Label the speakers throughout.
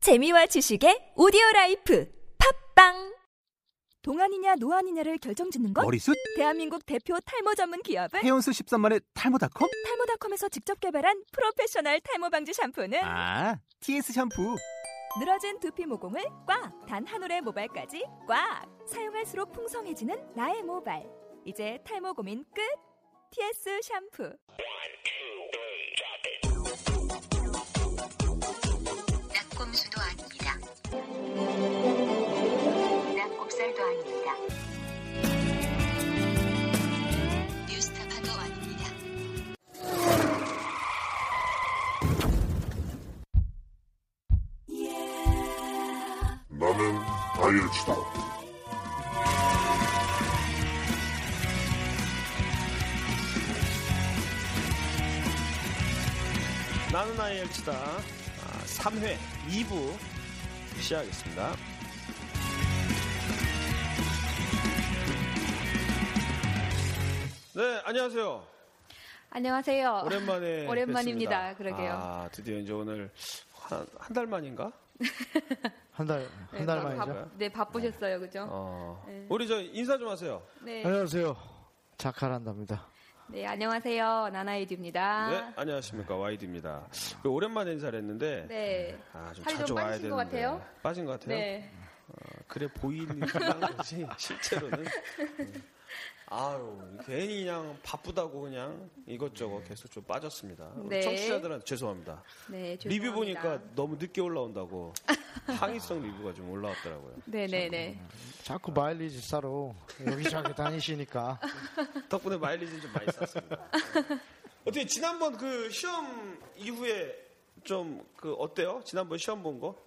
Speaker 1: 재미와 지식의 오디오 라이프 팝빵
Speaker 2: 동안이냐 노안이냐를 결정짓는 건
Speaker 3: 머리숱
Speaker 2: 대한민국 대표 탈모 전문 기업은
Speaker 3: 헤어스 13만의 탈모닷컴
Speaker 2: 탈모닷컴에서 직접 개발한 프로페셔널 탈모 방지 샴푸는
Speaker 3: 아 TS 샴푸
Speaker 2: 늘어진 두피 모공을 꽉 단 한 올의 모발까지 꽉 사용할수록 풍성해지는 나의 모발 이제 탈모 고민 끝 TS 샴푸
Speaker 4: 낙곰수도 아닙니다. 낙곱살도 아닙니다. 뉴스타파도 아닙니다.
Speaker 5: 나는 다이어트다.
Speaker 6: 나는 아이엘치다 아, 3회 2부 시작하겠습니다. 네, 안녕하세요.
Speaker 7: 안녕하세요.
Speaker 6: 오랜만에
Speaker 7: 어, 오랜만입니다.
Speaker 6: 뵙습니다.
Speaker 7: 그러게요.
Speaker 6: 아, 드디어 이제 오늘 한 한 달 만인가?
Speaker 8: 한 달,
Speaker 7: 네,
Speaker 8: 한 달
Speaker 7: 바-
Speaker 8: 만이죠.
Speaker 7: 바- 네, 바쁘셨어요. 그죠?
Speaker 6: 어. 우리 저 인사 좀 하세요.
Speaker 7: 네.
Speaker 8: 안녕하세요. 자카란다입니다.
Speaker 7: 네, 안녕하세요. 나나이드입니다.
Speaker 6: 네, 안녕하십니까. 와이드입니다. 그 오랜만에 인사를 했는데
Speaker 7: 네.
Speaker 6: 아, 좀
Speaker 7: 살이
Speaker 6: 자주
Speaker 7: 좀
Speaker 6: 와야
Speaker 7: 빠지신 것
Speaker 6: 되는데.
Speaker 7: 같아요?
Speaker 6: 빠진 것 같아요?
Speaker 7: 네.
Speaker 6: 그래 보이는 거지 실제로는 네. 아유 괜히 그냥 바쁘다고 그냥 이것저것 계속 좀 빠졌습니다. 우리
Speaker 7: 네.
Speaker 6: 청취자들한테 죄송합니다.
Speaker 7: 네,
Speaker 6: 리뷰
Speaker 7: 죄송합니다.
Speaker 6: 보니까 너무 늦게 올라온다고 항의성 리뷰가 좀 올라왔더라고요.
Speaker 7: 네, 네, 네.
Speaker 8: 자꾸 마일리지 싸러 여기저기 다니시니까
Speaker 7: 아,
Speaker 6: 덕분에 마일리지 좀 많이 쌌습니다. 어떻게 지난번 그 시험 이후에 좀 그 어때요? 지난번 시험 본 거?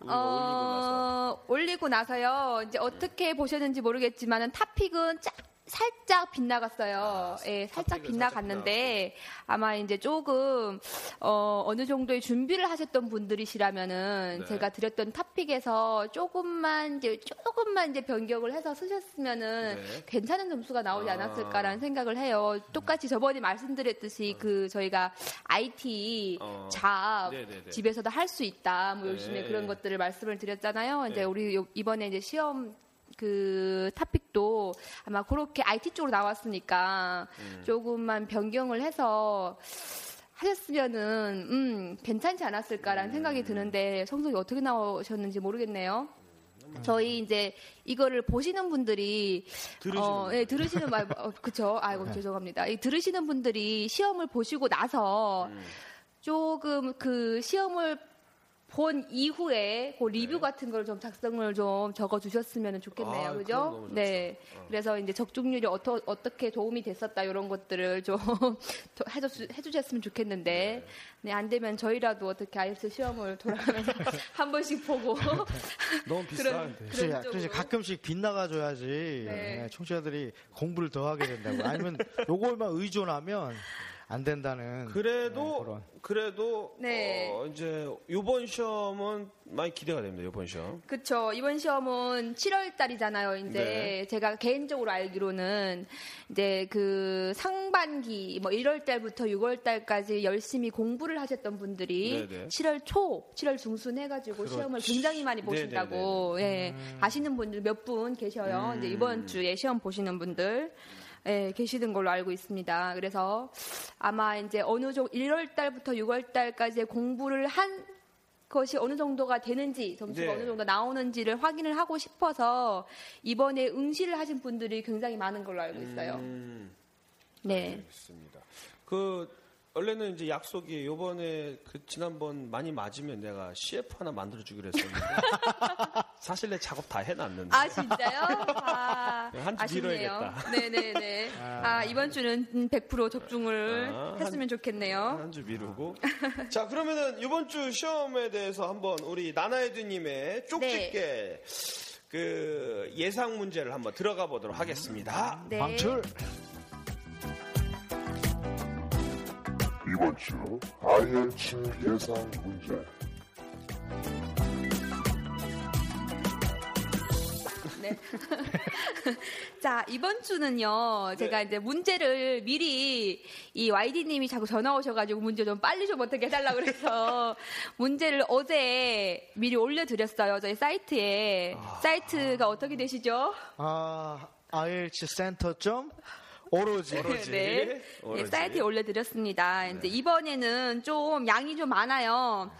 Speaker 6: 우리가 뭐 올리고 나서.
Speaker 7: 어, 올리고 나서요. 이제 어떻게 보셨는지 모르겠지만은 탑픽은 짜- 살짝 빗나갔어요.
Speaker 6: 아, 탑픽은
Speaker 7: 예, 살짝
Speaker 6: 살짝
Speaker 7: 빗나갔는데 아마 이제 조금 어, 어느 정도의 준비를 하셨던 분들이시라면은
Speaker 6: 네.
Speaker 7: 제가 드렸던 탑픽에서 조금만 이제 조금만 이제 변경을 해서 쓰셨으면은
Speaker 6: 네.
Speaker 7: 괜찮은 점수가 나오지
Speaker 6: 아.
Speaker 7: 않았을까라는 생각을 해요. 똑같이 저번에 말씀드렸듯이 그 저희가 IT
Speaker 6: 음. 어.
Speaker 7: 잡
Speaker 6: 네, 네, 네.
Speaker 7: 집에서도 할 수 있다. 뭐 요즘에
Speaker 6: 네.
Speaker 7: 그런 것들을 말씀을 드렸잖아요. 이제
Speaker 6: 네.
Speaker 7: 우리 요- 이번에 이제 시험 그 탑픽도 아마 그렇게 IT 쪽으로 나왔으니까 조금만 변경을 해서 하셨으면은 음 괜찮지 않았을까라는 생각이 드는데 성적이 어떻게 나오셨는지 모르겠네요. 저희 이제 이거를 보시는 분들이
Speaker 6: 들으시는 네.
Speaker 7: 어, 예, 들으시는 말 어, 그쵸 아이고 죄송합니다. 이 들으시는 분들이 시험을 보시고 나서
Speaker 6: 네.
Speaker 7: 조금 그 시험을 본 이후에
Speaker 6: 네.
Speaker 7: 그 리뷰 같은 걸 좀 작성을 좀 적어 주셨으면 좋겠네요.
Speaker 6: 아,
Speaker 7: 그죠?
Speaker 6: 그럼 너무 좋죠. 어.
Speaker 7: 네. 그래서 이제 적중률이 어떠, 어떻게 도움이 됐었다 이런 것들을 좀 해줬, 해주셨으면 좋겠는데 네. 안 되면 저희라도 어떻게 IELTS 시험을 돌아가면서 한 번씩 보고
Speaker 6: 너무 네, 비싼데.
Speaker 8: 그래서
Speaker 7: 그런
Speaker 8: 그래서
Speaker 7: 쪽으로.
Speaker 8: 가끔씩 빗나가줘야지
Speaker 7: 네.
Speaker 8: 네, 청취자들이 공부를 더 하게 된다고 아니면 요걸만 의존하면 안 된다는 네,
Speaker 6: 음. 그래도
Speaker 8: 그런.
Speaker 6: 그래도
Speaker 7: 네.
Speaker 6: 어, 이제 요번 시험은 많이 기대가 됩니다. 요번 시험.
Speaker 7: 그쵸. 이번 시험은 7월 달이잖아요. 이제
Speaker 6: 네.
Speaker 7: 제가 개인적으로 알기로는 이제 그 상반기 뭐 1월 달부터 6월 달까지 열심히 공부를 하셨던 분들이
Speaker 6: 네네.
Speaker 7: 7월 초, 7월 중순 해가지고 시험을 굉장히
Speaker 6: 네,
Speaker 7: 많이 보신다고 예,
Speaker 6: 음.
Speaker 7: 아시는 분들 몇 분 계셔요. 이제 이번 주에 시험 보시는 분들. 예, 계시는 걸로 알고 있습니다. 그래서 아마 이제 어느 정도 1월 달부터 6월 달까지 공부를 한 것이 어느 정도가 되는지 점수가
Speaker 6: 네.
Speaker 7: 어느 정도 나오는지를 확인을 하고 싶어서 이번에 응시를 하신 분들이 굉장히 많은 걸로 알고 있어요.
Speaker 6: 음.
Speaker 7: 음. 네.
Speaker 6: 있습니다. 그 원래는 이제 약속이 요번에 그 지난번 많이 맞으면 내가 CF 하나 만들어 주기로 했었는데 사실 내 작업 다 해놨는데
Speaker 7: 아 진짜요? 아,
Speaker 6: 네, 한주
Speaker 7: 아쉽네요.
Speaker 6: 미뤄야겠다.
Speaker 7: 네네네. 아 이번 주는 음, 100% 적중을
Speaker 6: 아,
Speaker 7: 했으면 좋겠네요.
Speaker 6: 한 주 미루고 자 그러면은 이번 주 시험에 대해서 한번 우리 나나에드님의 쪽집게
Speaker 7: 네.
Speaker 6: 그 예상 문제를 한번 들어가 보도록 하겠습니다.
Speaker 7: 네.
Speaker 8: 방출
Speaker 5: 이번 주 다이어트 예상 문제.
Speaker 7: 네. 자, 이번
Speaker 6: 네.
Speaker 7: 주는요, 제가 이제 문제를 미리 이 YD님이 자꾸 전화 오셔가지고 문제 좀 빨리 좀 어떻게 해달라고 그래서 문제를 어제 미리 올려드렸어요. 저희 사이트에.
Speaker 6: 아.
Speaker 7: 사이트가 어떻게 되시죠?
Speaker 8: 아, IH 센터 점 오로지.
Speaker 6: 오로지.
Speaker 7: 네. 네,
Speaker 6: 오로지.
Speaker 7: 사이트에 올려드렸습니다.
Speaker 6: 네.
Speaker 7: 이제 이번에는 좀 양이 좀 많아요.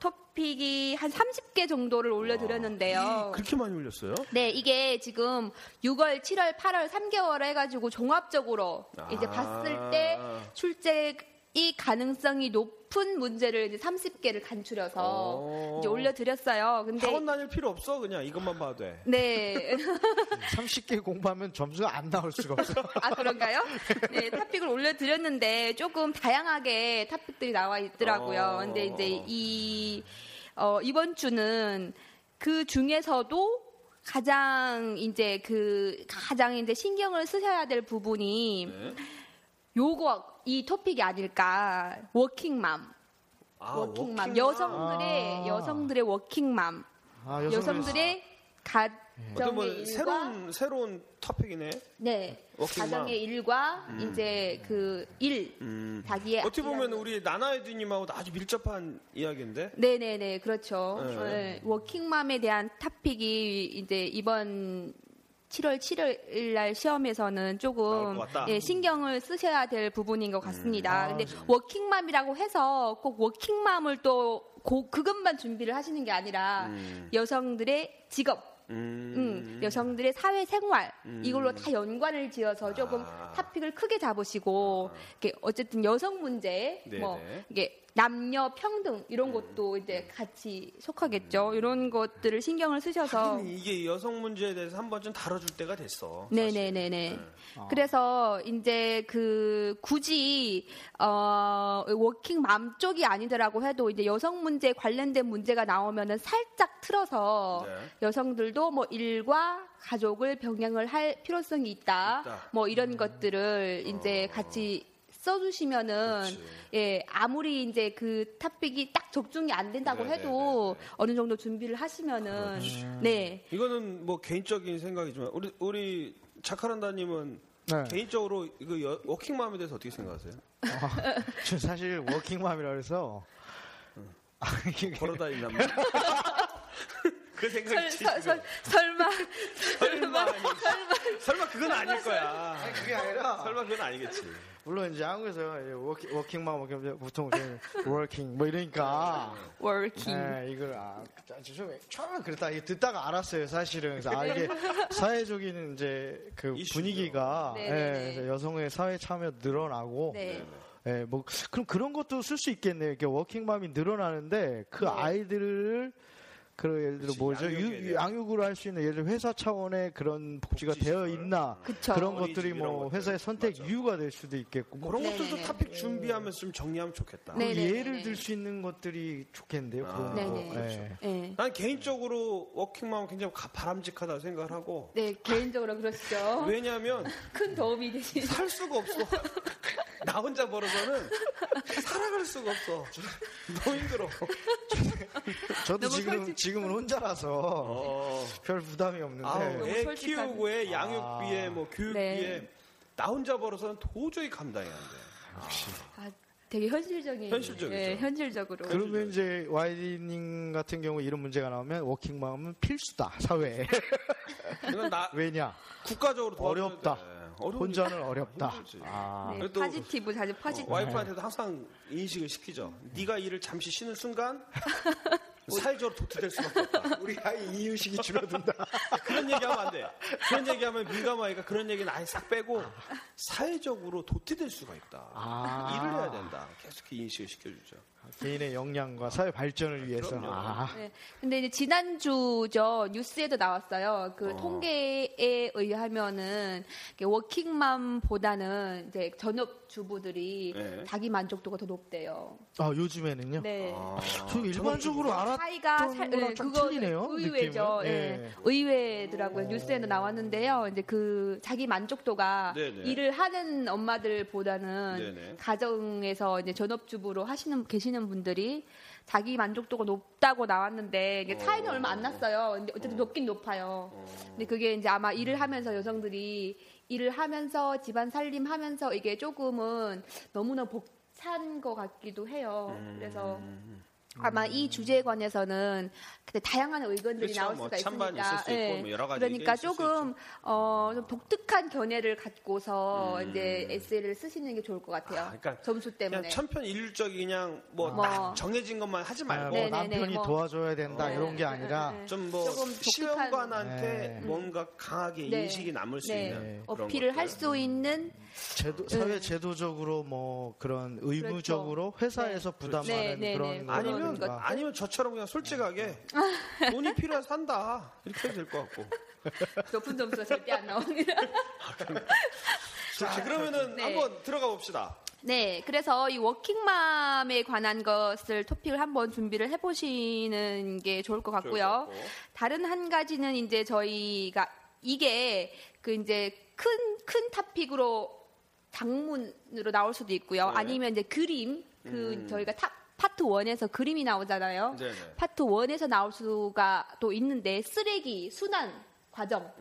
Speaker 7: 토픽이 한 30개 정도를 올려드렸는데요.
Speaker 6: 네, 그렇게 아, 많이 올렸어요?
Speaker 7: 네, 이게 지금 6월, 7월, 8월 3개월 해가지고 종합적으로 이제
Speaker 6: 아.
Speaker 7: 봤을 때 출제이 가능성이 높은 문제를 이제 30개를 간추려서
Speaker 6: 오.
Speaker 7: 이제 올려드렸어요. 근데
Speaker 6: 학원 다닐 필요 없어 그냥 이것만 봐도 돼.
Speaker 7: 네.
Speaker 8: 30개 공부하면 점수가 안 나올 수가 없어.
Speaker 7: 아, 그런가요? 네, 탑픽을 올려드렸는데 조금 다양하게 탑픽들이 나와 있더라고요.
Speaker 6: 어.
Speaker 7: 근데 이제 이, 어, 이번 주는 그 중에서도 가장 이제 그 가장 이제 신경을 쓰셔야 될 부분이
Speaker 6: 네.
Speaker 7: 요거 이 토픽이 아닐까 워킹맘
Speaker 6: 아,
Speaker 7: 워킹맘
Speaker 6: 워킹맘.
Speaker 7: 여성들의
Speaker 8: 아.
Speaker 7: 여성들의 워킹맘
Speaker 8: 아,
Speaker 7: 여성들의
Speaker 6: 어떤
Speaker 7: 가정의
Speaker 6: 뭐
Speaker 7: 일과
Speaker 6: 새로운 새로운 토픽이네.
Speaker 7: 네.
Speaker 6: 워킹맘.
Speaker 7: 가정의 일과 이제 그 일,
Speaker 6: 음.
Speaker 7: 자기의
Speaker 6: 어떻게 보면
Speaker 7: 일하는-
Speaker 6: 우리 나나에드님하고 도 아주 밀접한 이야기인데.
Speaker 7: 네네네 그렇죠.
Speaker 6: 네.
Speaker 7: 네, 워킹맘에 대한 탑픽이 이제 이번 7월 7일 날 시험에서는
Speaker 6: 나올
Speaker 7: 조금
Speaker 6: 것 같다. 음. 아, 네.
Speaker 7: 예, 신경을 쓰셔야 될 부분인 것 같습니다. 근데 워킹맘이라고 해서 꼭 워킹맘을 또 고- 그것만 준비를 하시는 게 아니라
Speaker 6: 음.
Speaker 7: 여성들의 직업
Speaker 6: 음.
Speaker 7: 음, 여성들의 사회 생활
Speaker 6: 음.
Speaker 7: 이걸로 다 연관을 지어서 조금
Speaker 6: 아.
Speaker 7: 탑픽을 크게 잡으시고 이렇게 어쨌든 여성 문제
Speaker 6: 네네. 음. 네.
Speaker 7: 뭐 이게 남녀 평등 이런 것도 이제 같이 속하겠죠 이런 것들을 신경을 쓰셔서
Speaker 6: 하긴 이게 여성 문제에 대해서 한 번쯤 다뤄줄 때가 됐어.
Speaker 7: 네네네네. 그래서 이제 그 굳이 어 워킹맘 쪽이 아니더라고 해도 이제 여성 문제 관련된 문제가 나오면은 살짝 틀어서
Speaker 6: 네.
Speaker 7: 여성들도 뭐 일과 가족을 병행을 할 필요성이
Speaker 6: 있다.
Speaker 7: 있다.
Speaker 6: 음. 어.
Speaker 7: 뭐 이런 것들을 이제 같이 써주시면은
Speaker 6: 그치.
Speaker 7: 예 아무리 이제 그 탑픽이 딱 적중이 안 된다고
Speaker 6: 네네네네.
Speaker 7: 해도 어느 정도 준비를 하시면은 네
Speaker 6: 이거는 뭐 개인적인 생각이지만 우리 우리 자카란다님은
Speaker 8: 네.
Speaker 6: 개인적으로 이거 여- 워킹맘에 대해서 어떻게 생각하세요?
Speaker 8: 저 사실 워킹맘이라 그래서 아, 이게
Speaker 6: 걸어다니는 남자. 그 생각이
Speaker 7: 설,
Speaker 6: 지
Speaker 7: 설, 설, 설마
Speaker 6: 설마 설마 설마 그건 아닐 거야.
Speaker 8: 그게 아니라
Speaker 6: 설마 그건 아니겠지.
Speaker 8: 물론 이제 한국에서 이제 워킹 워킹맘 워킹 보통 이제 워킹 뭐 이러니까
Speaker 7: 워킹
Speaker 8: 네, 이걸 아, 죄송해. 처음에 그랬다. 이게 듣다가 알았어요, 사실은. 그래서 아, 이게 사회적인 이제 그
Speaker 6: 이슈죠.
Speaker 8: 분위기가
Speaker 7: 네,
Speaker 8: 예,
Speaker 7: 네, 네.
Speaker 8: 그래서 여성의 사회 참여 늘어나고
Speaker 7: 네.
Speaker 8: 예, 뭐 그럼 그런 것도 쓸 수 있겠네요. 이렇게 워킹맘이 늘어나는데 그
Speaker 7: 네.
Speaker 8: 아이들을 그 예를 들어
Speaker 6: 그치,
Speaker 8: 뭐죠?
Speaker 6: 양육에
Speaker 8: 유-
Speaker 6: 대한.
Speaker 8: 양육으로 할 수 있는 예를 들어 회사 차원의 그런 복지가
Speaker 6: 복지
Speaker 8: 되어
Speaker 6: 시설.
Speaker 8: 있나
Speaker 7: 그쵸.
Speaker 8: 그런
Speaker 6: 어린이집
Speaker 8: 것들이
Speaker 6: 이런
Speaker 8: 뭐
Speaker 6: 것들.
Speaker 8: 회사의 선택
Speaker 6: 맞아.
Speaker 8: 이유가 될 수도 있겠고 뭐
Speaker 6: 그런
Speaker 7: 네,
Speaker 6: 것들도
Speaker 7: 네,
Speaker 6: 탑픽 준비하면서 좀 정리하면 좋겠다.
Speaker 7: 네, 네, 네, 네.
Speaker 8: 그 예를 들 수 있는 것들이 좋겠는데요.
Speaker 6: 아,
Speaker 8: 그런
Speaker 7: 네,
Speaker 8: 거.
Speaker 7: 네.
Speaker 6: 그렇죠.
Speaker 8: 예.
Speaker 7: 네.
Speaker 6: 난 개인적으로 워킹맘은 굉장히 가- 바람직하다고 생각을 하고
Speaker 7: 네, 개인적으로 그러시죠.
Speaker 6: 네. 왜냐하면
Speaker 7: 큰 도움이 되시.
Speaker 6: 살 수가 없어. 나 혼자 벌어서는 살아갈 수가 없어. 너무 힘들어.
Speaker 8: 저도
Speaker 7: 너무
Speaker 8: 지금
Speaker 7: 솔직히-
Speaker 8: 지금은 혼자라서
Speaker 6: 그렇죠. 어.
Speaker 8: 별 부담이 없는데
Speaker 6: 아우, 애
Speaker 7: 솔직하게.
Speaker 6: 키우고에
Speaker 8: 아.
Speaker 6: 양육비에 뭐 교육비에
Speaker 7: 네.
Speaker 6: 나 혼자 벌어서는 도저히 감당이 안 돼.
Speaker 7: 아, 되게 현실적인.
Speaker 6: 현실적이죠.
Speaker 7: 예, 현실적으로.
Speaker 8: 그러면 이제 와이디님 같은 경우 이런 문제가 나오면 워킹맘은 필수다 사회에
Speaker 6: 이건 나
Speaker 8: 왜냐
Speaker 6: 국가적으로 도와줘야
Speaker 8: 어렵다.
Speaker 6: 돼. 어려우니까
Speaker 8: 혼자는 어렵다
Speaker 6: 힘들지.
Speaker 8: 아, 네.
Speaker 7: 네,
Speaker 6: 그래도- 어,
Speaker 7: 파지티브 자주 파지티브.
Speaker 6: 와이프한테도 항상 인식을 시키죠. 네가 일을 잠시 쉬는 순간 사회적으로 도태될 수밖에 없다.
Speaker 8: 우리 아이 이유식이 줄어든다
Speaker 6: 그런 얘기하면 안 돼. 그런 얘기하면 민감하니까 그런 얘기는 아예 싹 빼고 사회적으로 도태될 수가 있다.
Speaker 8: 아.
Speaker 6: 일을 해야 된다. 계속 그 인식을 시켜주죠.
Speaker 8: 개인의 역량과 사회 발전을 위해서
Speaker 6: 그럼요.
Speaker 8: 아,
Speaker 7: 네. 근데 이제 지난주죠 뉴스에도 나왔어요. 그 통계에 의하면은 이렇게 워킹맘보다는 이제 전업 주부들이
Speaker 6: 네.
Speaker 7: 자기 만족도가 더 높대요.
Speaker 8: 아, 요즘에는요
Speaker 7: 네.
Speaker 6: 아.
Speaker 8: 저 일반적으로 알았
Speaker 7: 차이가 살, 네,
Speaker 8: 거랑 좀
Speaker 7: 그거
Speaker 8: 틀리네요,
Speaker 7: 의외죠.
Speaker 8: 느낌은.
Speaker 7: 예.
Speaker 8: 예.
Speaker 7: 의외더라고요. 뉴스에도 나왔는데요. 이제 그 자기 만족도가
Speaker 6: 네네.
Speaker 7: 일을 하는 엄마들보다는
Speaker 6: 네네.
Speaker 7: 가정에서 이제 전업주부로 하시는 계시는 분들이 자기 만족도가 높다고 나왔는데 이게 차이는
Speaker 6: 어.
Speaker 7: 얼마 안 났어요. 근데 어쨌든 높긴 높아요. 근데 그게 이제 아마 일을 하면서 여성들이 일을 하면서 집안 살림하면서 이게 조금은 너무나 벅찬 것 같기도 해요.
Speaker 6: 음.
Speaker 7: 그래서 아마 이 주제에 관해서는 그때 다양한 의견들이
Speaker 6: 그렇죠.
Speaker 7: 나올
Speaker 6: 뭐
Speaker 7: 수가
Speaker 6: 찬반이
Speaker 7: 있으니까.
Speaker 6: 있을 수 있고 뭐 여러 가지
Speaker 7: 그러니까
Speaker 6: 의견이 있을 수
Speaker 7: 조금 어, 좀 독특한 견해를 갖고서
Speaker 6: 음.
Speaker 7: 이제 에세이를 쓰시는 게 좋을 것 같아요.
Speaker 6: 아, 그러니까
Speaker 7: 점수 때문에.
Speaker 6: 그냥 천편일률적이 그냥 뭐
Speaker 7: 뭐.
Speaker 6: 딱 정해진 것만 하지
Speaker 8: 아,
Speaker 6: 말고
Speaker 8: 뭐
Speaker 7: 네, 네.
Speaker 8: 남편이
Speaker 7: 뭐.
Speaker 8: 도와줘야 된다
Speaker 6: 네,
Speaker 8: 이런
Speaker 7: 네,
Speaker 8: 게 아니라
Speaker 7: 네, 네.
Speaker 6: 좀 뭐
Speaker 7: 조금 독특한-
Speaker 6: 시험관한테
Speaker 8: 네.
Speaker 6: 뭔가 강하게
Speaker 7: 네.
Speaker 6: 인식이 남을 수
Speaker 7: 네.
Speaker 6: 있는 그런
Speaker 7: 어필을 할
Speaker 6: 것들.
Speaker 7: 수 있는
Speaker 8: 제도,
Speaker 7: 네.
Speaker 8: 사회 제도적으로 뭐 그런 의무적으로 회사에서
Speaker 7: 그렇죠. 네,
Speaker 8: 부담하는
Speaker 7: 네, 네.
Speaker 8: 그런 거
Speaker 6: 아니면
Speaker 7: 그런 것. 네.
Speaker 6: 아니면 저처럼 그냥 솔직하게 음. 돈이 필요해서 산다 이렇게 해도 될 것 같고
Speaker 7: 높은 점수가 절대 안 나오는.
Speaker 6: 자 그러면은
Speaker 7: 네.
Speaker 6: 한번 들어가 봅시다
Speaker 7: 네, 그래서 이 워킹맘에 관한 것을 토픽을 한번 준비를 해보시는 게 좋을 것 같고요.
Speaker 6: 좋을 것 같고.
Speaker 7: 다른 한 가지는 이제 저희가 이게 그 이제 큰 큰 탑픽으로 장문으로 나올 수도 있고요.
Speaker 6: 네.
Speaker 7: 아니면 이제 그림 그
Speaker 6: 음.
Speaker 7: 저희가 탑 파트 1에서 그림이 나오잖아요.
Speaker 6: 네, 네.
Speaker 7: 파트 1에서 나올 수가 또 있는데 쓰레기 순환 과정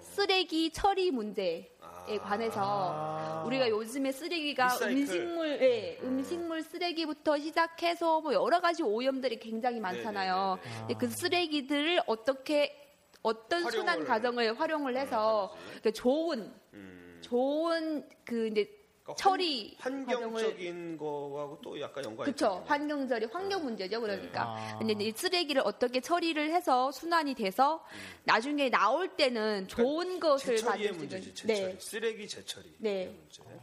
Speaker 7: 쓰레기 처리 문제에
Speaker 8: 아,
Speaker 7: 관해서 우리가 요즘에 쓰레기가
Speaker 6: 아. 리사이클.
Speaker 7: 음식물 예, 음식물 쓰레기부터 시작해서 뭐 여러 가지 오염들이 굉장히 많잖아요. 근데 그 쓰레기들을 어떻게 어떤 순환
Speaker 6: 활용을.
Speaker 7: 과정을 활용을 해서 이렇게 좋은
Speaker 6: 음.
Speaker 7: 좋은 그 이제
Speaker 6: 그러니까 환-
Speaker 7: 처리 과정을
Speaker 6: 환경적인 거하고 또 약간 연관이
Speaker 7: 그렇죠.
Speaker 6: 있거든요. 네.
Speaker 7: 환경절이 환경 문제죠. 그러니까.
Speaker 8: 아.
Speaker 7: 근데 이 쓰레기를 어떻게 처리를 해서 순환이 돼서 나중에 나올 때는 좋은 것을
Speaker 6: 음. 그러니까 재처리의
Speaker 7: 받을 수
Speaker 6: 문제지
Speaker 7: 있는
Speaker 6: 재처리
Speaker 7: 네.
Speaker 6: 쓰레기 재처리
Speaker 7: 네.
Speaker 6: 이런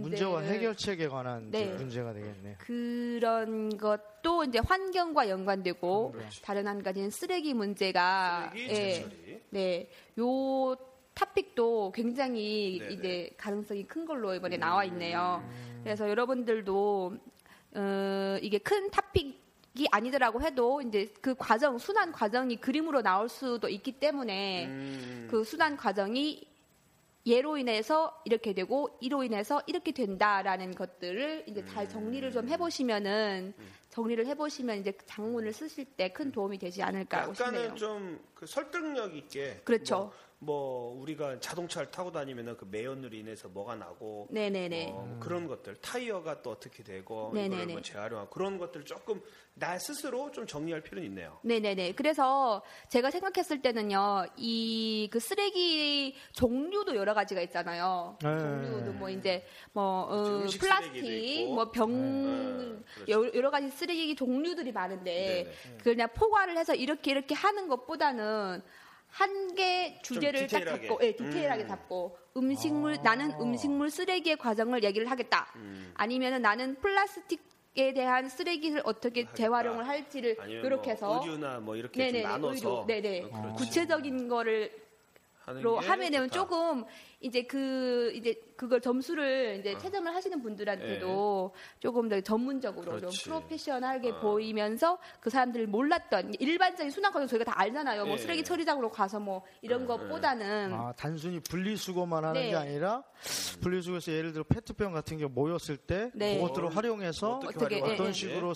Speaker 6: 문제.
Speaker 8: 문제와
Speaker 7: 문제를-
Speaker 8: 해결책에 관한
Speaker 7: 네.
Speaker 8: 문제가 되겠네요.
Speaker 7: 그런 것도 이제 환경과 연관되고 다른 한 가지는 쓰레기 문제가
Speaker 6: 그렇죠. 쓰레기
Speaker 7: 예.
Speaker 6: 재처리
Speaker 7: 네. 요 탑픽도 굉장히
Speaker 6: 네네. 음.
Speaker 7: 이제 가능성이 큰 걸로 이번에 나와 있네요. 그래서 여러분들도 어, 이게 큰 탑픽이 아니더라고 해도 이제 그 과정 순환 과정이 그림으로 나올 수도 있기 때문에
Speaker 6: 음.
Speaker 7: 그 순환 과정이 얘로 인해서 이렇게 되고 이로 인해서 이렇게 된다라는 것들을 이제
Speaker 6: 음.
Speaker 7: 잘 정리를 좀 해보시면은 정리를 해보시면 이제 장문을 쓰실 때 큰 도움이 되지 않을까 하고 싶네요.
Speaker 6: 약간은 좀 그 설득력 있게
Speaker 7: 그렇죠.
Speaker 6: 뭐, 뭐 우리가 자동차를 타고 다니면은 그 매연으로 인해서 뭐가 나고
Speaker 7: 네네네.
Speaker 6: 어, 뭐
Speaker 8: 음.
Speaker 6: 그런 것들 타이어가 또 어떻게 되고 이거를
Speaker 7: 네네네.
Speaker 6: 뭐 재활용하고 그런 것들 조금 나 스스로 좀 정리할 필요는 있네요.
Speaker 7: 네네네. 그래서 제가 생각했을 때는요, 이 그 쓰레기 종류도 여러 가지가 있잖아요.
Speaker 8: 네.
Speaker 7: 종류도 뭐 이제 뭐 어,
Speaker 6: 그렇죠. 음식 쓰레기도
Speaker 7: 플라스틱, 뭐
Speaker 6: 있고.
Speaker 7: 뭐병
Speaker 6: 네.
Speaker 7: 여러 가지 쓰레기 종류들이 많은데 그냥 포괄을 해서 이렇게 이렇게 하는 것보다는 한 개 주제를 딱
Speaker 6: 디테일하게.
Speaker 7: 잡고, 예, 디테일하게
Speaker 6: 음. 아.
Speaker 7: 잡고 음식물 나는 음식물 쓰레기의 과정을 얘기를 하겠다.
Speaker 6: 음.
Speaker 7: 아니면은 나는 플라스틱에 대한 쓰레기를 어떻게
Speaker 6: 하겠다.
Speaker 7: 재활용을 할지를
Speaker 6: 아니면
Speaker 7: 이렇게
Speaker 6: 뭐
Speaker 7: 해서
Speaker 6: 의류나 뭐 이렇게
Speaker 7: 네네
Speaker 6: 좀 나눠서
Speaker 7: 의료 네네
Speaker 6: 어, 그렇지.
Speaker 7: 구체적인 거를
Speaker 6: 하는
Speaker 7: 로
Speaker 6: 게
Speaker 7: 하면 되면
Speaker 6: 좋다.
Speaker 7: 조금 이제 그 이제 그걸 점수를 이제
Speaker 6: 어.
Speaker 7: 채점을 하시는 분들한테도 조금 더 전문적으로
Speaker 6: 예. 그렇지.
Speaker 7: 좀 프로페셔널하게
Speaker 6: 어.
Speaker 7: 보이면서 그 사람들이 몰랐던 일반적인 순환 과정 저희가 다 알잖아요. 뭐
Speaker 6: 예.
Speaker 7: 쓰레기 처리장으로 가서 뭐 이런 것보다는
Speaker 8: 아, 단순히 분리수거만 하는
Speaker 7: 네.
Speaker 8: 게 아니라 분리수거에서 예를 들어 페트병 같은 게 모였을 때
Speaker 7: 네.
Speaker 8: 그것들을 활용해서
Speaker 6: 어떻게
Speaker 7: 어떻게,
Speaker 6: 활용하는지.
Speaker 7: 네,
Speaker 8: 어떤
Speaker 7: 네.
Speaker 8: 식으로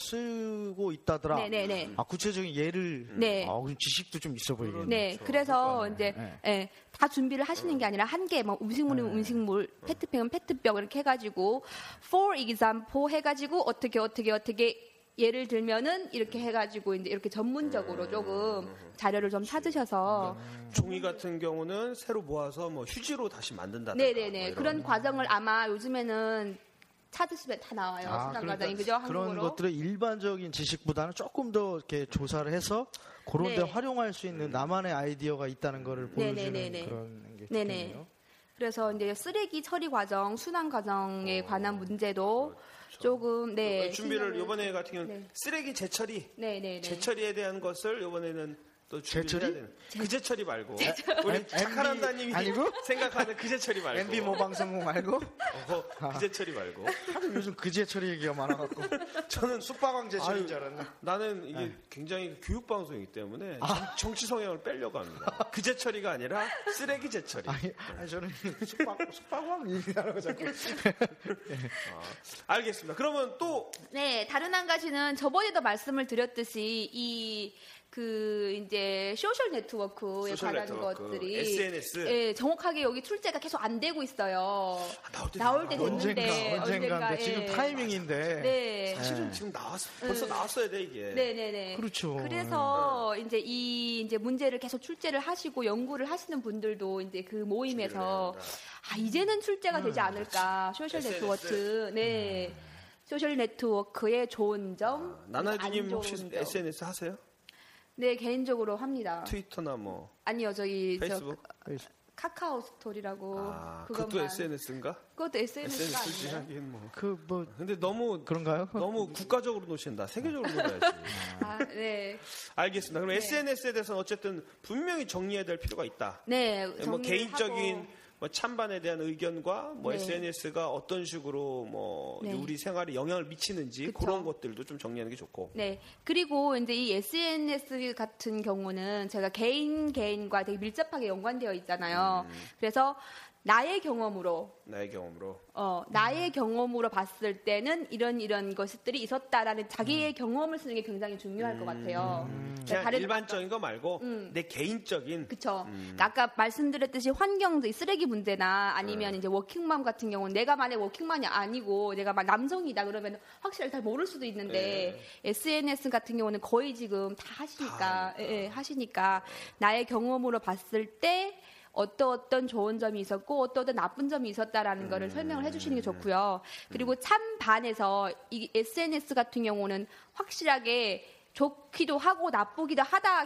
Speaker 8: 쓰고 있다더라.
Speaker 7: 네, 네, 네.
Speaker 6: 음,
Speaker 8: 아, 구체적인 예를
Speaker 7: 네.
Speaker 8: 아, 그럼 지식도 좀 있어 보이겠네. 네.
Speaker 7: 네,
Speaker 6: 그렇죠.
Speaker 7: 그래서
Speaker 6: 그러니까.
Speaker 7: 이제 예, 다 준비를 하시는 게 아니라 한 개, 뭐 음식물이면 음식물, 페트병은 페트병 이렇게 해가지고 for example 해가지고 어떻게 어떻게 어떻게 예를 들면은 이렇게 해가지고 이제 이렇게 전문적으로 조금 자료를 좀 찾으셔서
Speaker 6: 종이 같은 경우는 새로 모아서 뭐 휴지로 다시 만든다든가 뭐
Speaker 7: 네네네
Speaker 6: 이런.
Speaker 7: 그런 과정을 아마 요즘에는 찾으시면 다 나와요
Speaker 8: 아,
Speaker 7: 순환
Speaker 8: 그러니까
Speaker 7: 과정이 그죠
Speaker 8: 그런
Speaker 7: 한국어로
Speaker 8: 것들의 일반적인 지식보다는 조금 더 이렇게 조사를 해서 그런
Speaker 7: 네.
Speaker 8: 데 활용할 수
Speaker 6: 음.
Speaker 8: 있는 나만의 아이디어가 있다는 거를
Speaker 7: 네,
Speaker 8: 보여주는
Speaker 7: 네, 네, 네.
Speaker 8: 그런 게
Speaker 7: 네네.
Speaker 8: 좋겠네요.
Speaker 7: 그래서 이제 쓰레기 처리 과정 순환 과정에 관한 문제도 조금 네
Speaker 6: 어, 준비를
Speaker 7: 신경을-
Speaker 6: 이번에 같은 경우는
Speaker 7: 네.
Speaker 6: 쓰레기 재처리
Speaker 7: 네네네
Speaker 6: 재처리에 대한 것을 이번에는 또 준비해야
Speaker 8: 제철이?
Speaker 6: 되는. 그제철이 말고 우리 착한한다님이
Speaker 8: 아니고? 뭐.
Speaker 6: 생각하는 그제철이 말고
Speaker 8: MB 모방성공 말고
Speaker 6: 어, 그제철이 말고
Speaker 8: 하도 요즘 그제철이 얘기가 많아갖고
Speaker 6: 저는
Speaker 8: 숙박왕 제철인
Speaker 6: 아유,
Speaker 8: 줄 알았네. 아.
Speaker 6: 나는 이게 굉장히 교육 방송이기 때문에 정치 성향을 빼려고 합니다. 그제철이가 아니라 쓰레기 제철이.
Speaker 8: 아니, 아니, 저는 숙박 숙박왕 얘기하라고 자꾸.
Speaker 6: 아, 알겠습니다. 그러면 또
Speaker 7: 네, 다른 한 가지는 저번에도 말씀을 드렸듯이 이 그 이제 소셜 네트워크에
Speaker 6: 소셜
Speaker 7: 관한
Speaker 6: 네트워크,
Speaker 7: 것들이
Speaker 6: SNS.
Speaker 7: 예, 정확하게 여기 출제가 계속 안 되고 있어요.
Speaker 6: 나올 때
Speaker 7: 때
Speaker 6: 됐나?
Speaker 7: 됐는데
Speaker 8: 언젠가 언젠가인데 지금
Speaker 7: 네, 예.
Speaker 8: 타이밍인데.
Speaker 7: 네.
Speaker 6: 사실은 지금 나왔어 벌써
Speaker 7: 음.
Speaker 6: 나왔어야 돼 이게.
Speaker 7: 네네네.
Speaker 8: 그렇죠.
Speaker 6: 네.
Speaker 7: 그래서 이제 이 이제 문제를 계속 출제를 하시고 연구를 하시는 분들도 이제 그 모임에서 아 이제는 출제가 되지
Speaker 6: 음,
Speaker 7: 않을까 소셜
Speaker 6: SNS.
Speaker 7: 네트워크 네 소셜 네트워크의 좋은 점, 안
Speaker 6: 음. 아, 나나이님
Speaker 7: 좋은
Speaker 6: 혹시
Speaker 7: 점.
Speaker 6: SNS 하세요?
Speaker 7: 네 개인적으로 합니다.
Speaker 6: 트위터나 뭐
Speaker 7: 아니요 저기
Speaker 6: 페이스북?
Speaker 8: 네.
Speaker 7: 저 카카오 스토리라고
Speaker 6: 아,
Speaker 7: 어, 그것만
Speaker 6: 그것도 SNS인가?
Speaker 7: 그것도 SNS가
Speaker 6: SNS
Speaker 7: 아니에요.
Speaker 6: 하긴 뭐.
Speaker 8: 그 뭐
Speaker 6: 근데 너무
Speaker 8: 그런가요?
Speaker 7: 뭐,
Speaker 6: 너무 국가적으로 놓친다. 세계적으로 놓아야지.
Speaker 7: 아, 네,
Speaker 6: 알겠습니다. 그럼 SNS에 대해서는 어쨌든 분명히 정리해야 될 필요가 있다.
Speaker 7: 네.
Speaker 6: 뭐
Speaker 7: 정리를
Speaker 6: 개인적인
Speaker 7: 하고.
Speaker 6: 뭐 찬반에 대한 의견과 뭐
Speaker 7: 네.
Speaker 6: SNS가 어떤 식으로 뭐
Speaker 7: 네.
Speaker 6: 우리 생활에 영향을 미치는지
Speaker 7: 그쵸.
Speaker 6: 그런 것들도 좀 정리하는 게 좋고.
Speaker 7: 네. 그리고 이제 이 SNS 같은 경우는 제가 개인 개인과 되게 밀접하게 연관되어 있잖아요.
Speaker 6: 음.
Speaker 7: 그래서 나의 경험으로
Speaker 6: 나의 경험으로.
Speaker 7: 어,
Speaker 6: 음.
Speaker 7: 나의 경험으로 봤을 때는 이런 이런 것들이 있었다라는 자기의 경험을 쓰는 게 굉장히 중요할 것 같아요.
Speaker 6: 음. 그냥
Speaker 7: 그러니까 네, 다른-
Speaker 6: 일반적인 거 말고
Speaker 7: 음.
Speaker 6: 내 개인적인
Speaker 7: 그쵸. 그러니까 아까 말씀드렸듯이 환경도 이 쓰레기 문제나 아니면 이제 워킹맘 같은 경우는 내가 만약 워킹맘이 아니고 내가 막 남성이다 그러면 확실히 잘 모를 수도
Speaker 6: 네.
Speaker 7: 있는데 SNS 같은 경우는 거의 지금 다 하시니까, 예, 예, 하시니까 나의 경험으로 봤을 때 어떤 어떤 좋은 점이 있었고 어떤 어떤 나쁜 점이 있었다라는
Speaker 6: 음.
Speaker 7: 거를 설명을 해주시는 게 좋고요. 그리고 찬반에서 이 SNS 같은 경우는 확실하게 좋기도 하고 나쁘기도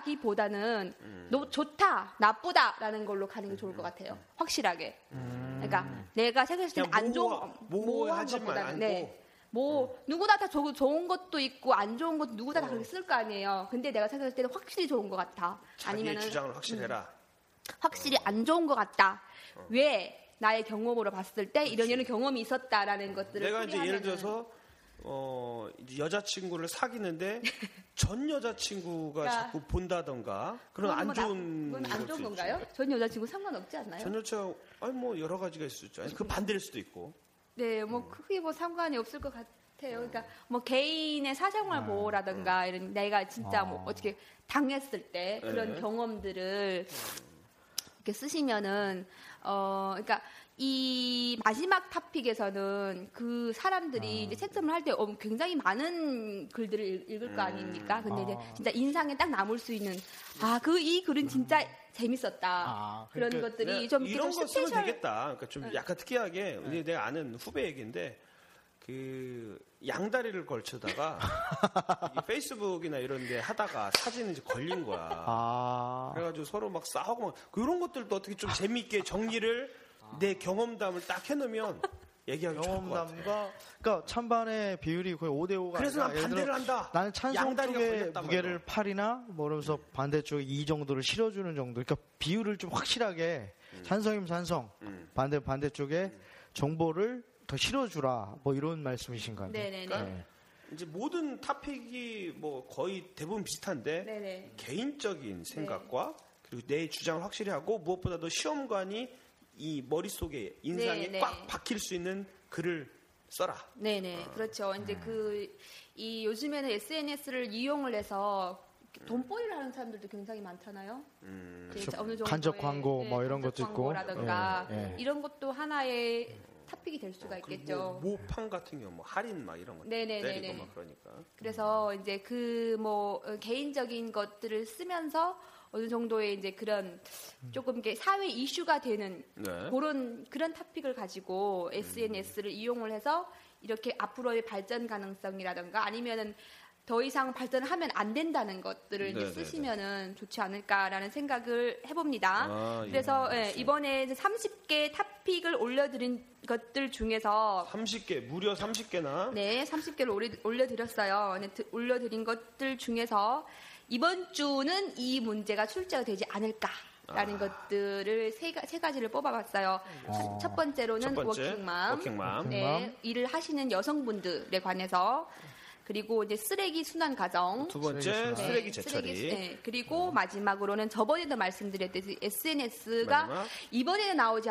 Speaker 7: 하다기보다는
Speaker 6: 음.
Speaker 7: 노- 좋다 나쁘다라는 걸로 가는 게 좋을 것 같아요. 확실하게. 그러니까 내가 생각했을
Speaker 6: 음. 그냥
Speaker 7: 때안 좋은
Speaker 6: 모호하-
Speaker 7: 거- 모호한
Speaker 6: 모호하지만
Speaker 7: 것보다는,
Speaker 6: 않고.
Speaker 7: 뭐
Speaker 6: 네.
Speaker 7: 누구나 다 조- 좋은 것도 있고 안 좋은 것도 누구나 다
Speaker 6: 어.
Speaker 7: 그렇게 쓸 거 아니에요. 근데 내가 생각했을 때는 확실히 좋은 것 같아.
Speaker 6: 자기의
Speaker 7: 아니면
Speaker 6: 주장을 확실히 해라.
Speaker 7: 음. 확실히 안 좋은 것 같다.
Speaker 6: 어.
Speaker 7: 왜 나의 경험으로 봤을 때 이런 이런 경험이 있었다라는 것들을
Speaker 6: 내가 이제 예를
Speaker 7: 소개하면은-
Speaker 6: 들어서 어 이제 여자친구를 사귀는데 전 여자친구가
Speaker 7: 그러니까
Speaker 6: 자꾸 본다던가 그런
Speaker 7: 그건
Speaker 6: 안
Speaker 7: 뭐 나-
Speaker 6: 좋은
Speaker 7: 그건 안 좋은
Speaker 6: 것도 있죠.
Speaker 7: 건가요? 전 여자친구 상관없지 않나요?
Speaker 6: 전 여자 아니 뭐 여러 가지가 있을 수 있죠. 아니, 그
Speaker 7: 음.
Speaker 6: 반대일 수도 있고.
Speaker 7: 네, 뭐 크게 뭐 상관이 없을 것 같아요. 그러니까 뭐 개인의
Speaker 6: 네.
Speaker 7: 사생활 보호라든가 이런 내가 진짜 뭐 어떻게 당했을 때 그런
Speaker 6: 아. 네.
Speaker 7: 경험들을 이렇게 쓰시면은 어 그러니까 이 마지막 탑픽에서는 그
Speaker 6: 아,
Speaker 7: 사람들이
Speaker 6: 네.
Speaker 7: 이제 채점을 할 때 굉장히 많은 글들을 읽- 읽을
Speaker 6: 음.
Speaker 7: 거 아닙니까? 근데 이제 진짜 인상에 딱 남을 수 있는 아 그 이 글은 진짜 재밌었다
Speaker 8: 아,
Speaker 7: 그런
Speaker 8: 그러니까
Speaker 7: 것들이
Speaker 6: 음. 그냥
Speaker 7: 좀 이렇게
Speaker 6: 네, 이런
Speaker 7: 좀
Speaker 6: 거 쓰면
Speaker 7: 스페셜- 네.
Speaker 6: 되겠다. 그러니까 좀 약간 특이하게 이제 내가 아는 후배 얘기인데 그 양다리를 걸쳐다가 이게 페이스북이나 이런데 하다가 사진이 이제 걸린 거야.
Speaker 8: 아.
Speaker 6: 그래가지고 서로 막 싸우고 막 그런 것들도 어떻게 좀 재미있게 정리를
Speaker 7: 아.
Speaker 6: 내 경험담을 딱 해놓으면 얘기하기 좋을 것 같아.
Speaker 8: 경험담과 그러니까 찬반의 비율이 거의 5대 5가
Speaker 6: 그래서 난 반대를 한다.
Speaker 8: 나는 찬성
Speaker 6: 양다리가
Speaker 8: 쪽에
Speaker 6: 걸렸단
Speaker 8: 무게를
Speaker 6: 말이야. 네.
Speaker 8: 8이나 뭐 이러면서 반대쪽에 2 정도를 실어주는 정도. 그러니까 비율을 좀 확실하게 찬성이면 찬성,
Speaker 6: 음.
Speaker 8: 반대 반대쪽에 정보를 더 실어주라. 뭐 이런 말씀이신 것 같아요.
Speaker 7: 네네네.
Speaker 6: 그러니까 이제 모든 탑픽이 뭐 거의 대부분 비슷한데
Speaker 7: 네네.
Speaker 6: 개인적인 생각과 그리고 내 주장을 확실히 하고 무엇보다도 시험관이 이 머릿속에 인상이
Speaker 7: 네, 네.
Speaker 6: 꽉 박힐 수 있는 글을 써라.
Speaker 7: 네네
Speaker 8: 아,
Speaker 7: 그렇죠 이제 그 이 요즘에는 SNS를 이용을 해서 이렇게 돈벌이를 하는 사람들도 굉장히 많잖아요.
Speaker 6: 음.
Speaker 7: 이제
Speaker 8: 그렇죠.
Speaker 7: 어느 정도의, 네,
Speaker 8: 간접 광고 뭐 이런
Speaker 7: 간접
Speaker 8: 것도 있고. 음.
Speaker 7: 광고라든가
Speaker 8: 예, 예.
Speaker 7: 이런 것도 하나의 탑픽이 될
Speaker 8: 어,
Speaker 7: 수가 있겠죠.
Speaker 8: 뭐,
Speaker 6: 그리고 모판 같은 경우 뭐 할인 막 이런 거
Speaker 7: 네, 네, 네,
Speaker 6: 때리고
Speaker 7: 네.
Speaker 6: 막 그러니까.
Speaker 7: 그래서 이제 그 뭐 개인적인 것들을 쓰면서 어느 정도의 이제 그런
Speaker 8: 음.
Speaker 7: 조금 이렇게 사회 이슈가 되는
Speaker 6: 네. 음.
Speaker 7: 그런 그런 탑픽을 가지고 SNS를 이용을 해서 이렇게 앞으로의 발전 가능성이라든가 아니면은 더 이상 발전을 하면 안 된다는 것들을 이제
Speaker 6: 네네네.
Speaker 7: 쓰시면은 좋지 않을까라는 생각을 해봅니다.
Speaker 6: 아, 예,
Speaker 7: 그래서 예,
Speaker 6: 알겠습니다.
Speaker 7: 이번에 이제 30개 탑픽을 올려드린 것들 중에서
Speaker 6: 30개 무려 30개나
Speaker 7: 네, 30개를 올려드렸어요. 네, 드- 올려드린 것들 중에서 이번 주는 이 문제가 출제가 되지 않을까라는
Speaker 6: 아.
Speaker 7: 것들을 세, 가- 세 가지를 뽑아봤어요. 첫, 첫 번째로는
Speaker 6: 첫 번째
Speaker 7: 워킹맘.
Speaker 6: 워킹맘.
Speaker 7: 네, 일을 하시는 여성분들에 관해서 그리고 이제 쓰레기 순환 가정.
Speaker 6: 두 번째
Speaker 8: 쓰레기
Speaker 6: 쓰레기,
Speaker 7: 네.
Speaker 6: 음.
Speaker 8: 수거.
Speaker 6: 재처리.
Speaker 7: 쓰레기, 네. 그리고 마지막으로는 저번에도 말씀드렸듯이 SNS가
Speaker 6: 마지막.
Speaker 7: 이번에는 나오지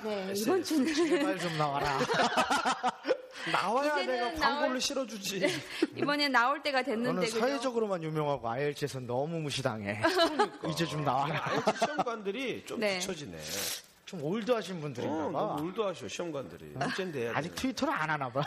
Speaker 7: 네, 이번 주는
Speaker 8: 제발 좀 나와라.
Speaker 6: 나와야
Speaker 7: 네. 이제는
Speaker 6: 내가 광고를
Speaker 7: 나올- 네.
Speaker 6: 실어주지.
Speaker 7: 이번에 나올 때가
Speaker 8: 너는
Speaker 7: 됐는데 그죠?
Speaker 8: 사회적으로만 유명하고 ILT에서 너무 무시당해.
Speaker 7: 그러니까.
Speaker 8: 이제 좀 나와라.
Speaker 6: 아이티 시험관들이 좀
Speaker 7: 네.
Speaker 6: 뒤처지네.
Speaker 8: 좀 올드하신
Speaker 6: 어,
Speaker 8: 분들인가 봐.
Speaker 6: 너무 울도하셔 시험관들이. 문제인데 해야
Speaker 8: 아직
Speaker 6: 되는데.
Speaker 8: 트위터를 안 하나 봐.